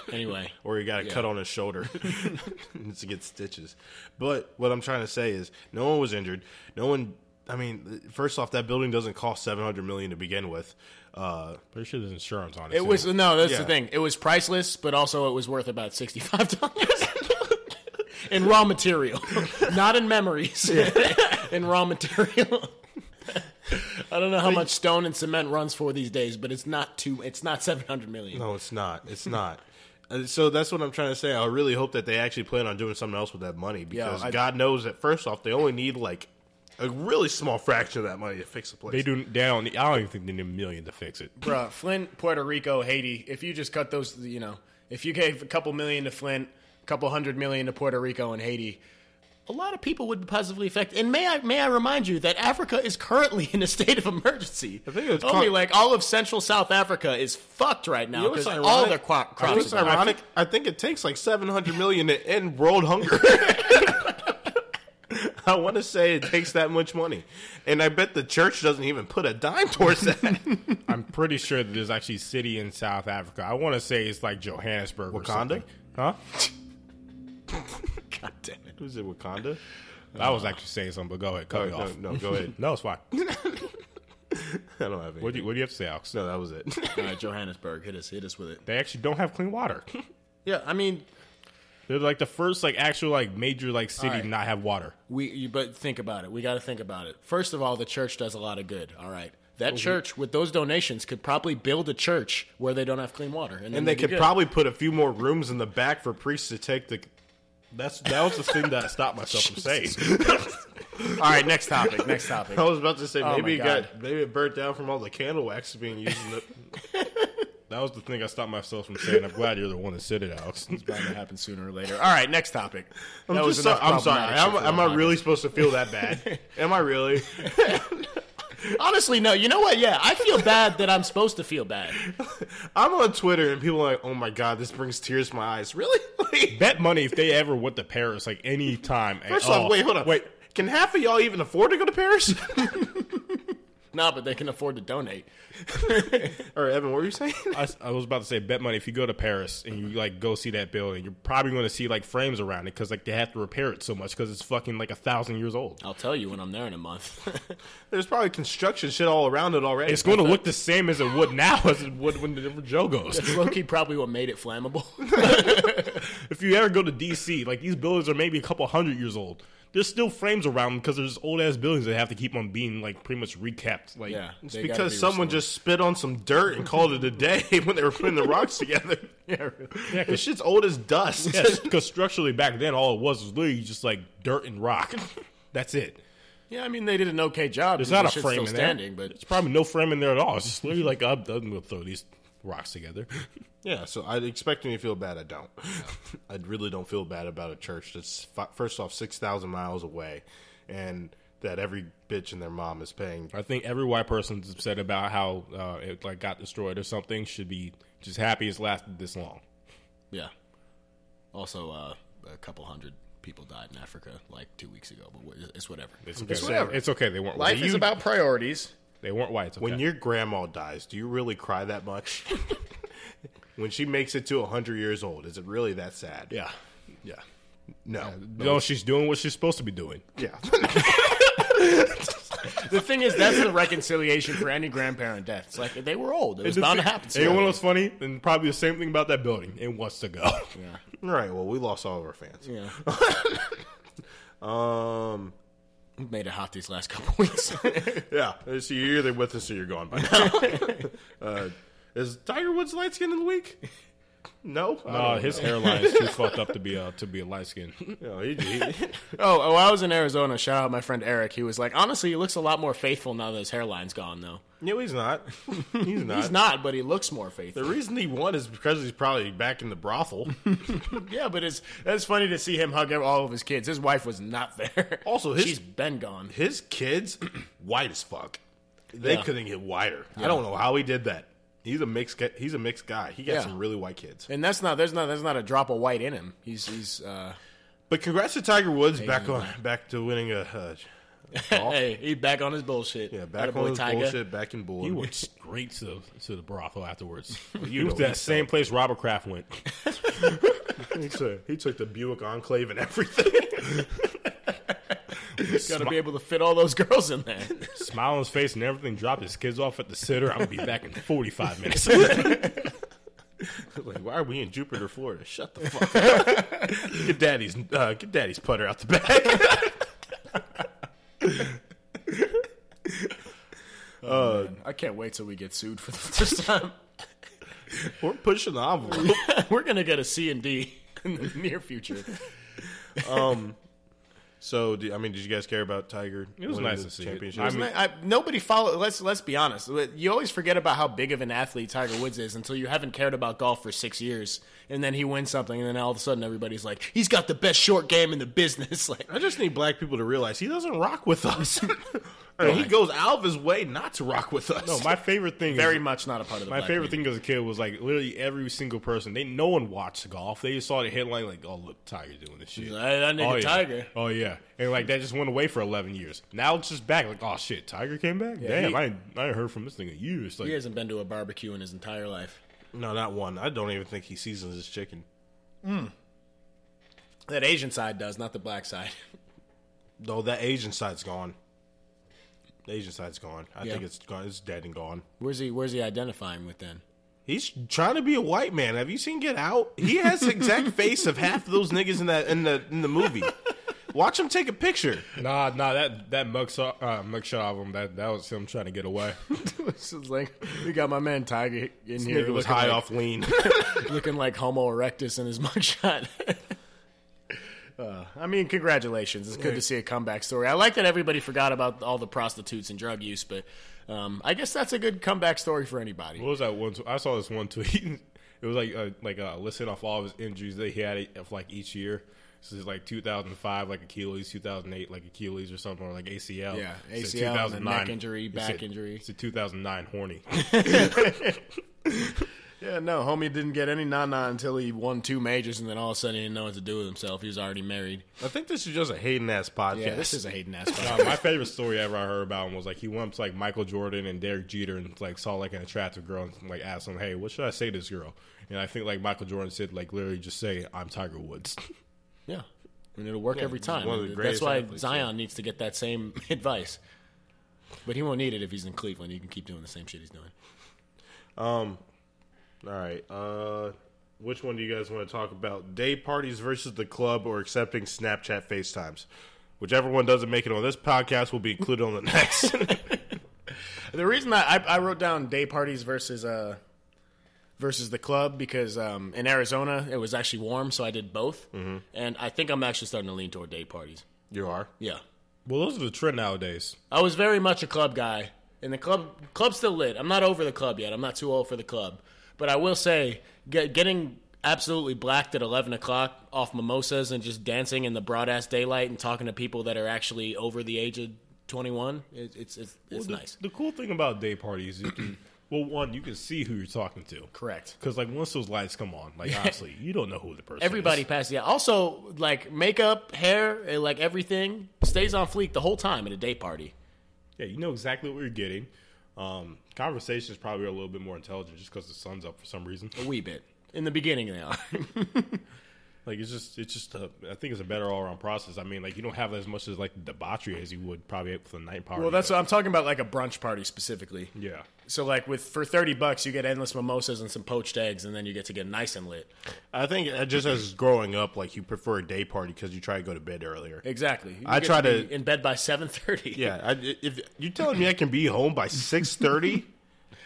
S2: anyway,
S1: or he got a cut on his shoulder needs to get stitches. But what I'm trying to say is, no one was injured. No one. I mean, first off, that building doesn't cost 700 million to begin with. Uh,
S5: pretty sure there's insurance on it.
S2: it
S5: too.
S2: was no. That's
S1: Yeah.
S2: the thing. It was priceless, but also it was worth about sixty five dollars in raw material, not in memories. in raw material. I don't know how much stone and cement runs for these days, but it's not too. It's not seven hundred million.
S1: no, it's not. It's not. Uh, So that's what I'm trying to say. I really hope that they actually plan on doing something else with that money because
S2: I-
S1: God knows that first off, they only need like a really small fraction of that money to fix the place.
S5: They do. They don't. need- I don't even think they need a million to fix it.
S2: Bruh, Flint, Puerto Rico, Haiti. If you just cut those, you know, if you gave a couple million to Flint, a couple hundred million to Puerto Rico and Haiti, a lot of people would be positively affected. And may I may I remind you that Africa is currently in a state of emergency. I
S1: think it's
S2: only
S1: con-
S2: like all of Central South Africa is fucked right now
S1: You know what's
S2: because
S1: ironic?
S2: all their cro-
S1: You know
S2: crops.
S1: what's
S2: are gone.
S1: ironic. I think it takes like 700 million to end world hunger. I want to say it takes that much money, and I bet the church doesn't even put a dime towards that.
S5: I'm pretty sure that there's actually a city in South Africa. I want to say it's like Johannesburg, or
S1: Wakanda?
S5: something. huh?
S2: God damn it!
S1: Was it Wakanda?
S5: I was actually saying something, but go ahead, cut
S1: Oh,
S5: me
S1: no,
S5: off.
S1: no, go ahead.
S5: No, it's fine.
S1: I don't have
S5: What
S1: any.
S5: do you, what do you have to say, Alex?
S1: No, that was it.
S2: All right, Johannesburg, hit us, hit us with it.
S5: They actually don't have clean water.
S2: Yeah, I mean,
S5: They're like the first like actual like major like city
S2: Alright.
S5: to not have water.
S2: We, you, but think about it. We got to think about it. First of all, the church does a lot of good. All right, that church with those donations could probably build a church where they don't have clean water, and, then
S1: and they
S2: they'd be
S1: could
S2: good.
S1: probably put a few more rooms in the back for priests to take the. That's that was the thing that I stopped myself from saying.
S2: All right, next topic. Next topic.
S1: I was about to say
S5: Oh
S1: maybe it
S2: my
S1: got maybe it burnt down from all the candle wax being used. In the,
S5: That was the thing I stopped myself from saying. I'm glad you're the one that said it, Alex.
S2: Bound to happen sooner or later. All right, next topic.
S1: I'm,
S2: That was
S1: just so-
S2: enough
S1: I'm sorry.
S2: problematic shit
S1: Am,
S2: for
S1: am
S2: the
S1: I
S2: podcast.
S1: really supposed to feel that bad? am I really?
S2: Honestly, no. You know what? Yeah, I feel bad that I'm supposed to feel bad.
S1: I'm on Twitter and people are like, "Oh my god, this brings tears to my eyes." Really? Like,
S5: Bet money if they ever went to Paris like any time. at
S1: First
S5: all.
S1: off, wait, hold on.
S5: Oh, Wait,
S1: can half of y'all even afford to go to Paris?
S2: No, but they can afford to donate.
S1: or Evan, what were you saying?
S5: I, s- I was about to say bet money if you go to Paris and you like go see that building, you're probably going to see like frames around it because like they have to repair it so much because it's fucking like a thousand years old.
S2: I'll tell you when I'm there in a month.
S1: There's probably construction shit all around it already.
S5: It's going to look the same as it would now as it would when the Joe goes.
S2: Loki probably what made it flammable.
S5: If you ever go to DC, like these buildings are maybe a couple hundred years old. There's still frames around them because there's old ass buildings that have to keep on being like pretty much recapped. Like
S2: yeah,
S1: It's because someone just spit on some dirt and called it a day when they were putting the rocks together. Yeah, this shit's old as dust.
S5: because structurally back then all it was was literally just like dirt and rock. That's it.
S2: Yeah, I mean they did an okay job.
S5: There's
S2: The
S5: not a
S2: shit's
S5: frame in
S2: still standing,
S5: there.
S2: but
S5: There's probably no frame in there at all. It's just literally like I'm done. We'll throw these rocks together.
S1: Yeah, so I'd expect me to feel bad. I don't. I really don't feel bad about a church that's fi- first off six thousand miles away, and that every bitch and their mom is paying
S5: I think every white person's upset about how uh, it like got destroyed or something should be just happy it's lasted this long.
S2: Yeah. Also, uh, a couple hundred people died in Africa like two weeks ago, but wh- it's whatever.
S5: It's okay.
S1: whatever.
S5: It's okay. They weren't
S2: Life
S5: white.
S2: is
S5: You-
S2: about priorities.
S5: they weren't white. It's okay.
S1: When your grandma dies, do you really cry that much? when she makes it to 100 years old, is it really that sad?
S5: yeah, yeah.
S1: No.
S5: No, she's doing what she's supposed to be doing.
S1: Yeah.
S2: The thing is, that's the reconciliation for any grandparent death. It's like they were old; it was bound to happen.
S5: And you know what was funny? And probably the same thing about that building. It wants to go.
S1: all right, well, we lost all of our fans.
S2: Yeah,
S1: Um,
S2: We've made it hot these last couple weeks.
S1: yeah, so you're either with us or you're gone by now. uh, is Tiger Woods light skinned in the week? No, I
S5: Uh,
S1: don't
S5: his hairline is too fucked up to be a to be a light skin.
S1: know. He- he-
S2: Oh, oh, I was in Arizona. Shout out my friend Eric. He was like, honestly, he looks a lot more faithful now that his hairline's gone, though.
S1: no, he's not. He's not.
S2: He's not, but he looks more faithful.
S1: The reason he won is because he's probably back in the brothel.
S2: Yeah, but it's that's funny to see him hug all of his kids. His wife was not there.
S1: Also, his-
S2: she's been gone.
S1: his kids, white as fuck. They
S2: Yeah.
S1: couldn't get whiter. I don't know how he did that. He's a mixed. ca- He's a mixed guy. He got
S2: Yeah.
S1: some really white kids.
S2: And that's not there's not there's not a drop of white in him. He's he's uh,
S1: But congrats to Tiger Woods back on back to winning a. Uh, Golf?
S2: hey he's back on his bullshit.
S1: yeah, back
S2: Attaboy,
S1: on his
S2: Tiger.
S1: bullshit. Back in bull.
S5: He went straight to to the brothel afterwards.
S1: You
S5: he was
S1: know
S5: to that
S1: he's
S5: same place Robert Kraft went.
S1: He took, he took the Buick Enclave and everything.
S2: Got to be able to fit all those girls in there.
S5: Smile on his face and everything. Dropped his kids off at the sitter. I'm gonna be back in 45 minutes.
S1: like, why are we in Jupiter, Florida? Shut the fuck up. get daddy's uh, get daddy's putter out the back.
S2: I can't wait till we get sued for the first time.
S1: We're pushing the envelope.
S2: We're gonna get a C and D in the near future.
S1: um, So, do, I mean, did you guys care about Tiger? It
S5: was nice to see it. I mean-
S2: I, nobody follow. Let's let's be honest. You always forget about how big of an athlete Tiger Woods is until you haven't cared about golf for six years, and then he wins something, and then all of a sudden everybody's like, he's got the best short game in the business. like,
S1: I just need black people to realize he doesn't rock with us. I mean, he goes out of his way not to rock with us.
S5: no, Oh, my favorite thing.
S2: very
S5: is,
S2: much not a part of the.
S5: My
S2: black
S5: favorite
S2: community.
S5: thing as a kid was like literally every single person. They no one watched golf. They just saw the headline like, "Oh look, Tiger's doing this shit."
S2: like, "Hey, that nigga
S5: oh, yeah.
S2: Tiger."
S5: Oh yeah, and like that just went away for 11 years. Now it's just back. Like, oh shit, Tiger came back. Damn,
S2: he-
S5: I ain't- I ain't heard from this thing in years. Like,
S2: He hasn't been to a barbecue in his entire life.
S1: no, not one. I don't even think he seasons his chicken.
S2: That Asian side does, not the black side.
S1: No, that Asian side's gone. The Asian side's gone. I
S2: Yeah.
S1: think it's gone. It's dead and gone.
S2: Where's he? Where's he identifying with then?
S1: He's trying to be a white man. Have you seen Get Out? He has the exact face of half of those niggas in that in the in the movie. Watch him take a picture.
S5: nah, nah, that that mugshot uh, mugshot of him that that was him trying to get away.
S2: This is like we got my man Tiger in here.
S1: Nigga was
S2: looking
S1: high
S2: like-
S1: off lean.
S2: looking like Homo erectus in his mugshot. Uh, I mean, congratulations. It's good to see a comeback story. I like that everybody forgot about all the prostitutes and drug use, but um, I guess that's a good comeback story for anybody.
S5: What was that one? Tw- I saw this one tweet. It was like uh, like uh, listed off all of his injuries that he had e, of like each year. So it's like 2005, like Achilles. 2008, like Achilles or something, or like ACL.
S2: Yeah,
S5: It said
S2: ACL, and then neck injury,
S5: it
S2: back
S5: said-
S2: injury.
S5: It said 2009 horny.
S2: Yeah, no, homie didn't get any na na until he won two majors, and then all of a sudden he didn't know what to do with himself. He was already married.
S1: I think this is just a hating ass podcast.
S2: Yeah, this is a Hayden ass.
S5: Uh, my favorite story ever I heard about him was like he went up to like Michael Jordan and Derek Jeter and like saw like an attractive girl and like asked him, "Hey, what should I say to this girl?" And I think like Michael Jordan said like literally just say, "I'm Tiger Woods."
S2: Yeah, and it'll work every
S1: he's
S2: time.
S1: one of the
S2: that's
S1: greatest
S2: why
S1: athletes, yeah.
S2: Zion needs to get that same advice. But he won't need it if he's in Cleveland. He can keep doing the same shit he's doing.
S1: All right. Uh, which one do you guys want to talk about? Day parties versus the club or accepting Snapchat FaceTimes? Whichever one doesn't make it on this podcast will be included on the next.
S2: The reason I, I I wrote down day parties versus uh versus the club because um, in Arizona it was actually warm, so I did both, and I think I'm actually starting to lean toward day parties.
S1: you are.
S2: Yeah,
S5: Well, those are the trend nowadays.
S2: I was very much a club guy, and the club club's still lit. I'm not over the club yet. I'm not too old for the club, but I will say get, getting absolutely blacked at 11 o'clock off mimosas and just dancing in the broad ass daylight and talking to people that are actually over the age of 21. It, it's it's, it's
S5: the,
S2: nice.
S5: The cool thing about day parties, you can, well, one, you can see who you're talking to.
S2: Correct.
S5: Because like once those lights come on, like honestly, you don't know who the person.
S2: Everybody
S5: is.
S2: passes out. Also, like makeup, hair, eh, like everything stays on fleek the whole time at a day party.
S5: Yeah, you know exactly what you're getting. Um, conversations probably are a little bit more intelligent just because the sun's up for some reason.
S2: A wee bit. In the beginning, they are.
S5: Like it's just, it's just, a, I think it's a better all around process. I mean, like you don't have as much as like debauchery as you would probably for the night party.
S2: well, that's
S5: but-
S2: what I'm talking about, like a brunch party specifically.
S5: yeah.
S2: So, like with for thirty bucks, you get endless mimosas and some poached eggs, and then you get to get nice and lit.
S1: I think uh, just as growing up, like you prefer a day party because you try to go to bed earlier.
S2: Exactly. You
S1: I
S2: get
S1: try
S2: be
S1: to-
S2: in bed by seven thirty.
S1: Yeah, I, if you telling me I can be home by six thirty,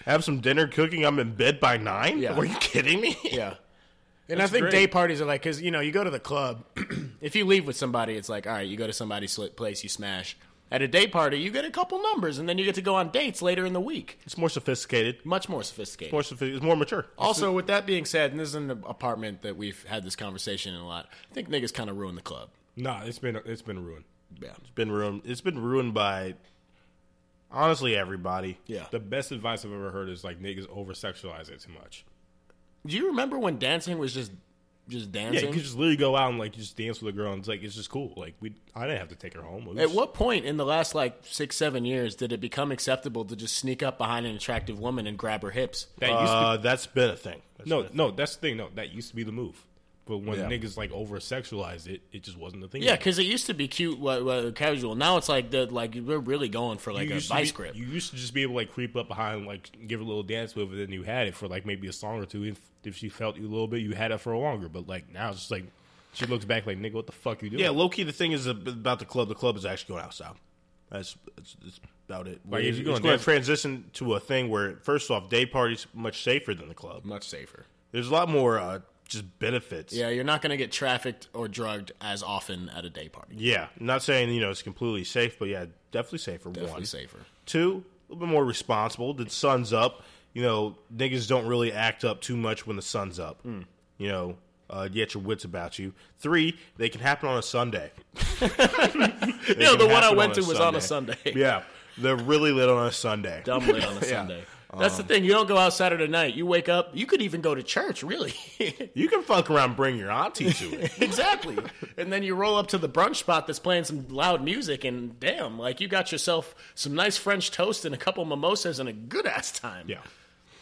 S1: have some dinner cooking, I'm in bed by nine.
S2: Yeah.
S1: Are you kidding me?
S2: yeah. And I think
S5: great.
S2: day parties are like because you know you go to the club. if you leave with somebody, it's like all right, you go to somebody's sli- place, you smash. At a day party, you get a couple numbers, and then you get to go on dates later in the week.
S1: It's more sophisticated.
S2: Much more sophisticated.
S1: More sophi- it's more mature.
S2: Also, with that being said, and this is an apartment that we've had this conversation in a lot. I think niggas kind of ruined the club.
S5: Nah, it's been it's been ruined.
S2: Yeah,
S1: It's been ruined. It's been ruined by honestly everybody.
S2: yeah.
S5: The best advice I've ever heard is like niggas over sexualize it too much.
S2: Do you remember when dancing was just just
S5: Yeah,
S2: dancing?
S5: you could just literally go out and like just dance with a girl and it's like it's just cool. Like we, I didn't have to take her home. It was-
S2: At what point in the last like six, seven years did it become acceptable to just sneak up behind an attractive woman and grab her hips?
S5: That used to
S1: Uh, that's been a thing. That's
S5: no,
S1: been a
S5: no, that's the thing. No, that used to be the move. But when
S1: Yeah.
S5: niggas like over sexualized it, it just wasn't the thing.
S2: Yeah,
S5: anymore.
S2: because it used to be cute, wa- wa- casual. Now it's like the like we're really going for like
S5: you
S2: a
S5: used to be-
S2: vice grip.
S5: You used to just be able to like creep up behind, and, like give a little dance move, and then you had it for like maybe a song or two. If if she felt you a little bit, you had it for longer. But like now, it's just like she looks back like nigga, what the fuck you doing?
S1: thing. Yeah, low key. The thing is ab- about the club. The club is actually going outside. That's, that's, that's about it.
S5: Like, if
S1: it's
S5: you're
S1: going
S5: gonna
S1: to
S5: dance-
S1: transition to a thing where, first off, day parties much safer than the club.
S2: Much safer.
S1: There's a lot more uh, just benefits.
S2: Yeah, you're not going to get trafficked or drugged as often at a day party.
S1: Yeah, I'm not saying you know it's completely safe, but yeah, definitely safer.
S2: Definitely
S1: one,
S2: safer.
S1: two, a little bit more responsible. The sun's up. You know, niggas don't really act up too much when the sun's up. You know, uh, you get your wits about you. Three, they can happen on a Sunday.
S2: You know, the
S1: can
S2: one I
S1: happen
S2: went
S1: on
S2: to
S1: a
S2: was on a Sunday.
S1: yeah, they're really lit on a Sunday.
S2: Dumb late on a Sunday. That's the thing. You don't go out Saturday night. You wake up. You could even go to church, really.
S1: You can fuck around, and bring your auntie to it.
S2: exactly. And then you roll up to the brunch spot that's playing some loud music, and damn, like you got yourself some nice French toast and a couple mimosas and a good ass time.
S5: yeah.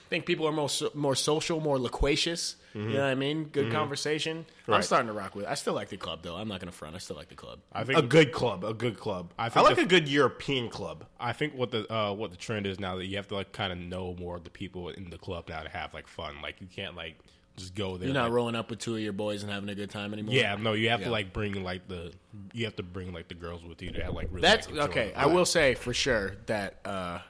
S2: think people are more so- more social, more loquacious.
S5: Mm-hmm.
S2: You know what I mean? Good conversation. I'm
S1: Right.
S2: starting to rock with. it. I still like the club though. I'm not gonna front. I still like the club.
S5: I think
S1: a good club, a good club. I,
S5: I think
S1: like
S5: the-
S1: a good European club.
S5: I think what the uh, what the trend is now that you have to like kind of know more of the people in the club now to have like fun. Like you can't like just go there.
S2: You're not
S5: like-
S2: rolling up with two of your boys and having a good time anymore.
S5: yeah, no, you have
S2: Yeah.
S5: to like bring like the you have to bring like the girls with you to have, like really.
S2: That's
S5: like, enjoy
S2: okay.
S5: the
S2: I
S5: vibe.
S2: will say for sure that uh,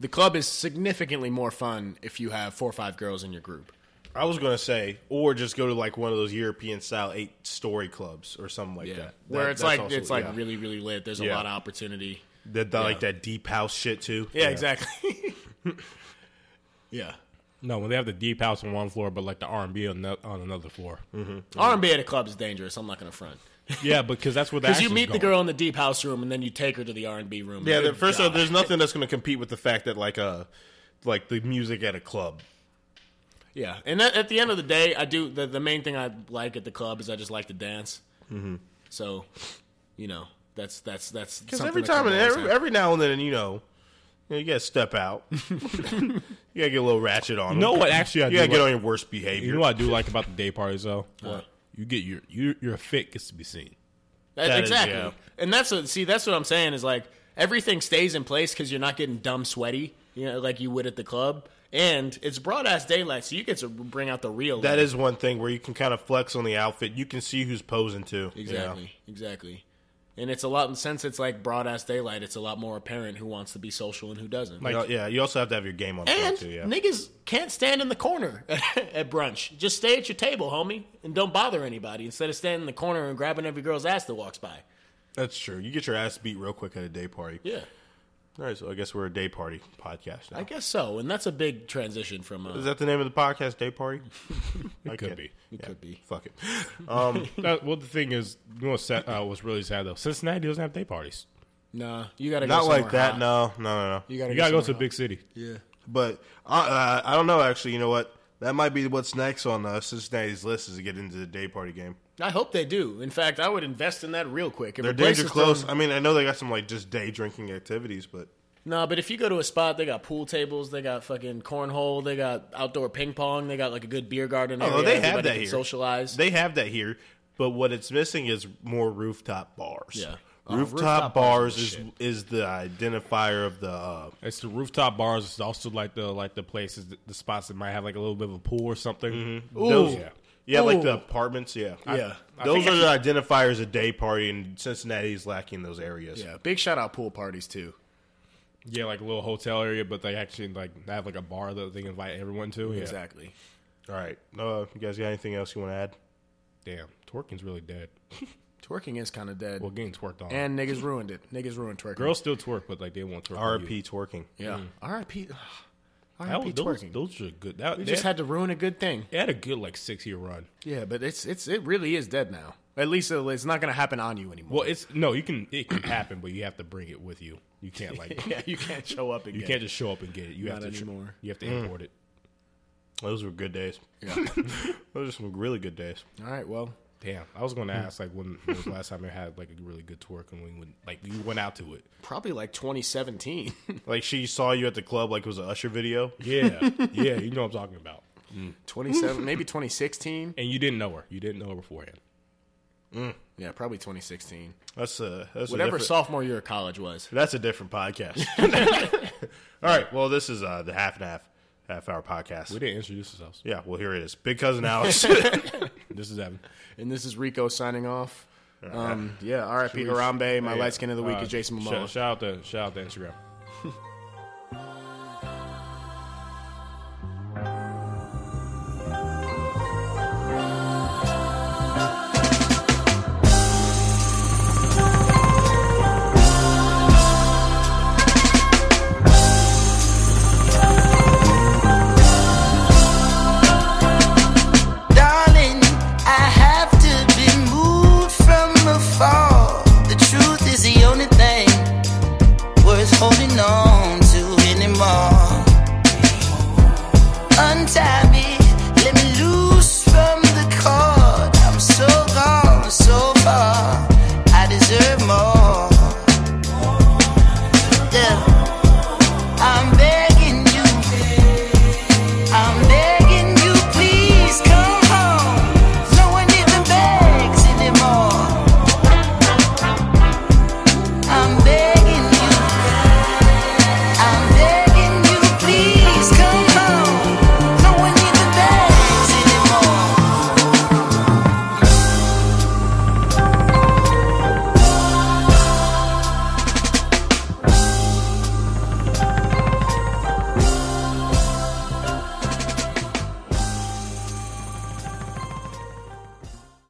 S2: the club is significantly more fun if you have four or five girls in your group.
S1: I was gonna say, or just go to like one of those European style eight story clubs or something like that.
S2: where
S1: That-
S2: it's
S1: that's
S2: like
S1: also-
S2: it's like
S1: yeah.
S2: really really lit. There's a
S1: Yeah.
S2: lot of opportunity.
S1: That- that- like that deep house shit too.
S2: exactly. yeah.
S5: no when they have the deep house on one floor, but like the R and B on, the- on another floor.
S2: R&B at a club is dangerous. I'm not going to front.
S5: Yeah, because that's where the
S2: Because you
S5: action's
S2: meet the
S5: going.
S2: girl in the deep house room, and then you take her to the R and B room.
S1: Yeah,
S2: Good
S1: the, first
S2: God.
S1: off, there's nothing that's going to compete with the fact that like uh like the music at a club.
S2: yeah. And at, at the end of the day, I do the, the main thing I like at the club is I just like to dance. Mm-hmm. So, you know, that's that's that's
S1: Because
S2: something
S1: every
S2: that
S1: time
S2: club
S1: and
S2: always
S1: every,
S2: has.
S1: every now and then, you know, you, know, you got to step out. you got to get a little ratchet on. 'em.
S5: No, what actually I
S1: you
S5: do
S1: got to get
S5: like-
S1: on your worst behavior.
S5: You know what I do like about the day parties though?
S2: What?
S5: You get your your your fit gets to be seen.
S2: That-
S1: that is,
S2: exactly.
S1: yeah.
S2: And that's what see that's what I'm saying is like everything stays in place because you're not getting dumb sweaty, you know, like you would at the club. And it's broad ass daylight, so you get to bring out the real.
S1: that
S2: you
S1: is one thing where you can kind of flex on the outfit. You can see who's posing to. you know.
S2: Exactly. Exactly. And it's a lot since it's like broad ass daylight, it's a lot more apparent who wants to be social and who doesn't.
S1: You know, yeah, you also have to have your game on.
S2: and
S1: front, too, yeah.
S2: niggas can't stand in the corner at brunch. Just stay at your table, homie, and don't bother anybody instead of standing in the corner and grabbing every girl's ass that walks by.
S1: that's true. You get your ass beat real quick at a day party.
S2: Yeah.
S1: All right, so I guess we're a day party podcast now.
S2: I guess so. And that's a big transition from uh,
S1: Is that the name of the podcast? Day party? it
S5: could be.
S2: it could be.
S1: Fuck it. Um,
S5: That- Uh, well, the thing is, you know what's, sad, uh, what's really sad though? Cincinnati doesn't have day parties.
S2: Nah, you gotta
S1: Not
S2: go
S1: like
S2: somewhere
S1: that.
S2: hot.
S1: No, no, no, no.
S2: You gotta,
S5: You gotta go to a
S2: somewhere
S5: big city.
S2: hot.
S1: But uh, uh, I don't know. Actually, you know what? That might be what's next on uh, Cincinnati's list is to get into the day party game.
S2: Yeah, I hope they do. In fact, I would invest in that real quick. If
S1: They're
S2: a place
S1: danger
S2: is
S1: close.
S2: throwing-
S1: I mean, I know they got some like just day drinking activities, but
S2: No, but if you go to a spot, they got pool tables, they got fucking cornhole, they got outdoor ping pong, they got like a good beer garden.
S1: Oh,
S2: area.
S1: they have
S2: Everybody
S1: that
S2: can
S1: here.
S2: Socialize.
S1: they have that here. But what it's missing is more rooftop bars.
S2: Yeah. Oh,
S1: Rooftop,
S2: rooftop bars
S1: bars
S2: is
S1: is is the identifier of the uh,
S5: It's the rooftop bars. It's also like the like the places, the, spots that might have like a little bit of a pool or something.
S1: Those,
S5: Mm-hmm. yeah.
S1: yeah, like
S2: Ooh.
S1: the apartments. Yeah,
S2: Yeah.
S5: I
S1: those are
S5: think
S1: the identifiers of day party, and Cincinnati's lacking those areas.
S2: yeah, big shout out pool parties too.
S5: Yeah, like a little hotel area, but they actually like have like a bar that they invite everyone to. Yeah.
S2: Exactly.
S1: All right. Uh, you guys got anything else you want to add?
S5: Damn, twerking's really dead.
S2: Twerking is kind of dead.
S5: Well, getting twerked on.
S2: and niggas ruined it. Niggas ruined twerking.
S5: Girls still twerk, but like they won't twerk. on you.
S1: RP twerking.
S2: Yeah. R.I.P.
S5: That
S2: R.I.P.
S5: was, those,
S2: twerking.
S5: those are good. That,
S2: we
S5: they,
S2: just
S5: had,
S2: had to ruin a good thing.
S5: they had a good like six year run.
S2: Yeah, but it's it's it really is dead now. At least it- it's not going to happen on you anymore.
S5: Well, it's no, you can it can happen, but you have to bring it with you. You can't like
S2: yeah, you can't show up again.
S5: you can't just show up and get it. You
S2: Not
S5: have to tr-
S2: anymore. Mm.
S5: you have to import it.
S1: Those were good days. Those are some really good days.
S2: All right, well,
S5: Damn, I was going
S2: Mm.
S5: to ask like when, when was the last time you had like a really good twerk and when, when like you went out to it.
S2: probably like 2017.
S1: Like she saw you at the club, like it was an Usher video.
S5: Yeah, yeah, you know what I'm talking about.
S2: 27, maybe 2016.
S5: And you didn't know her. You didn't know her beforehand.
S2: Yeah, probably 2016.
S1: That's a that's a
S2: Whatever
S1: different-
S2: sophomore year of college was.
S1: That's a different podcast. All right. Well, this is uh, the half and half half hour
S5: We
S1: podcast.
S5: didn't introduce ourselves.
S1: Yeah. Well, here it is. Big cousin Alex.
S5: This is Evan.
S2: And this is Rico signing off. Um, Uh, yeah, RIP Harambe. My light skin of the week
S5: Uh,
S2: is Jason
S5: sh-
S2: Momoa.
S5: Shout out to shout out to Instagram.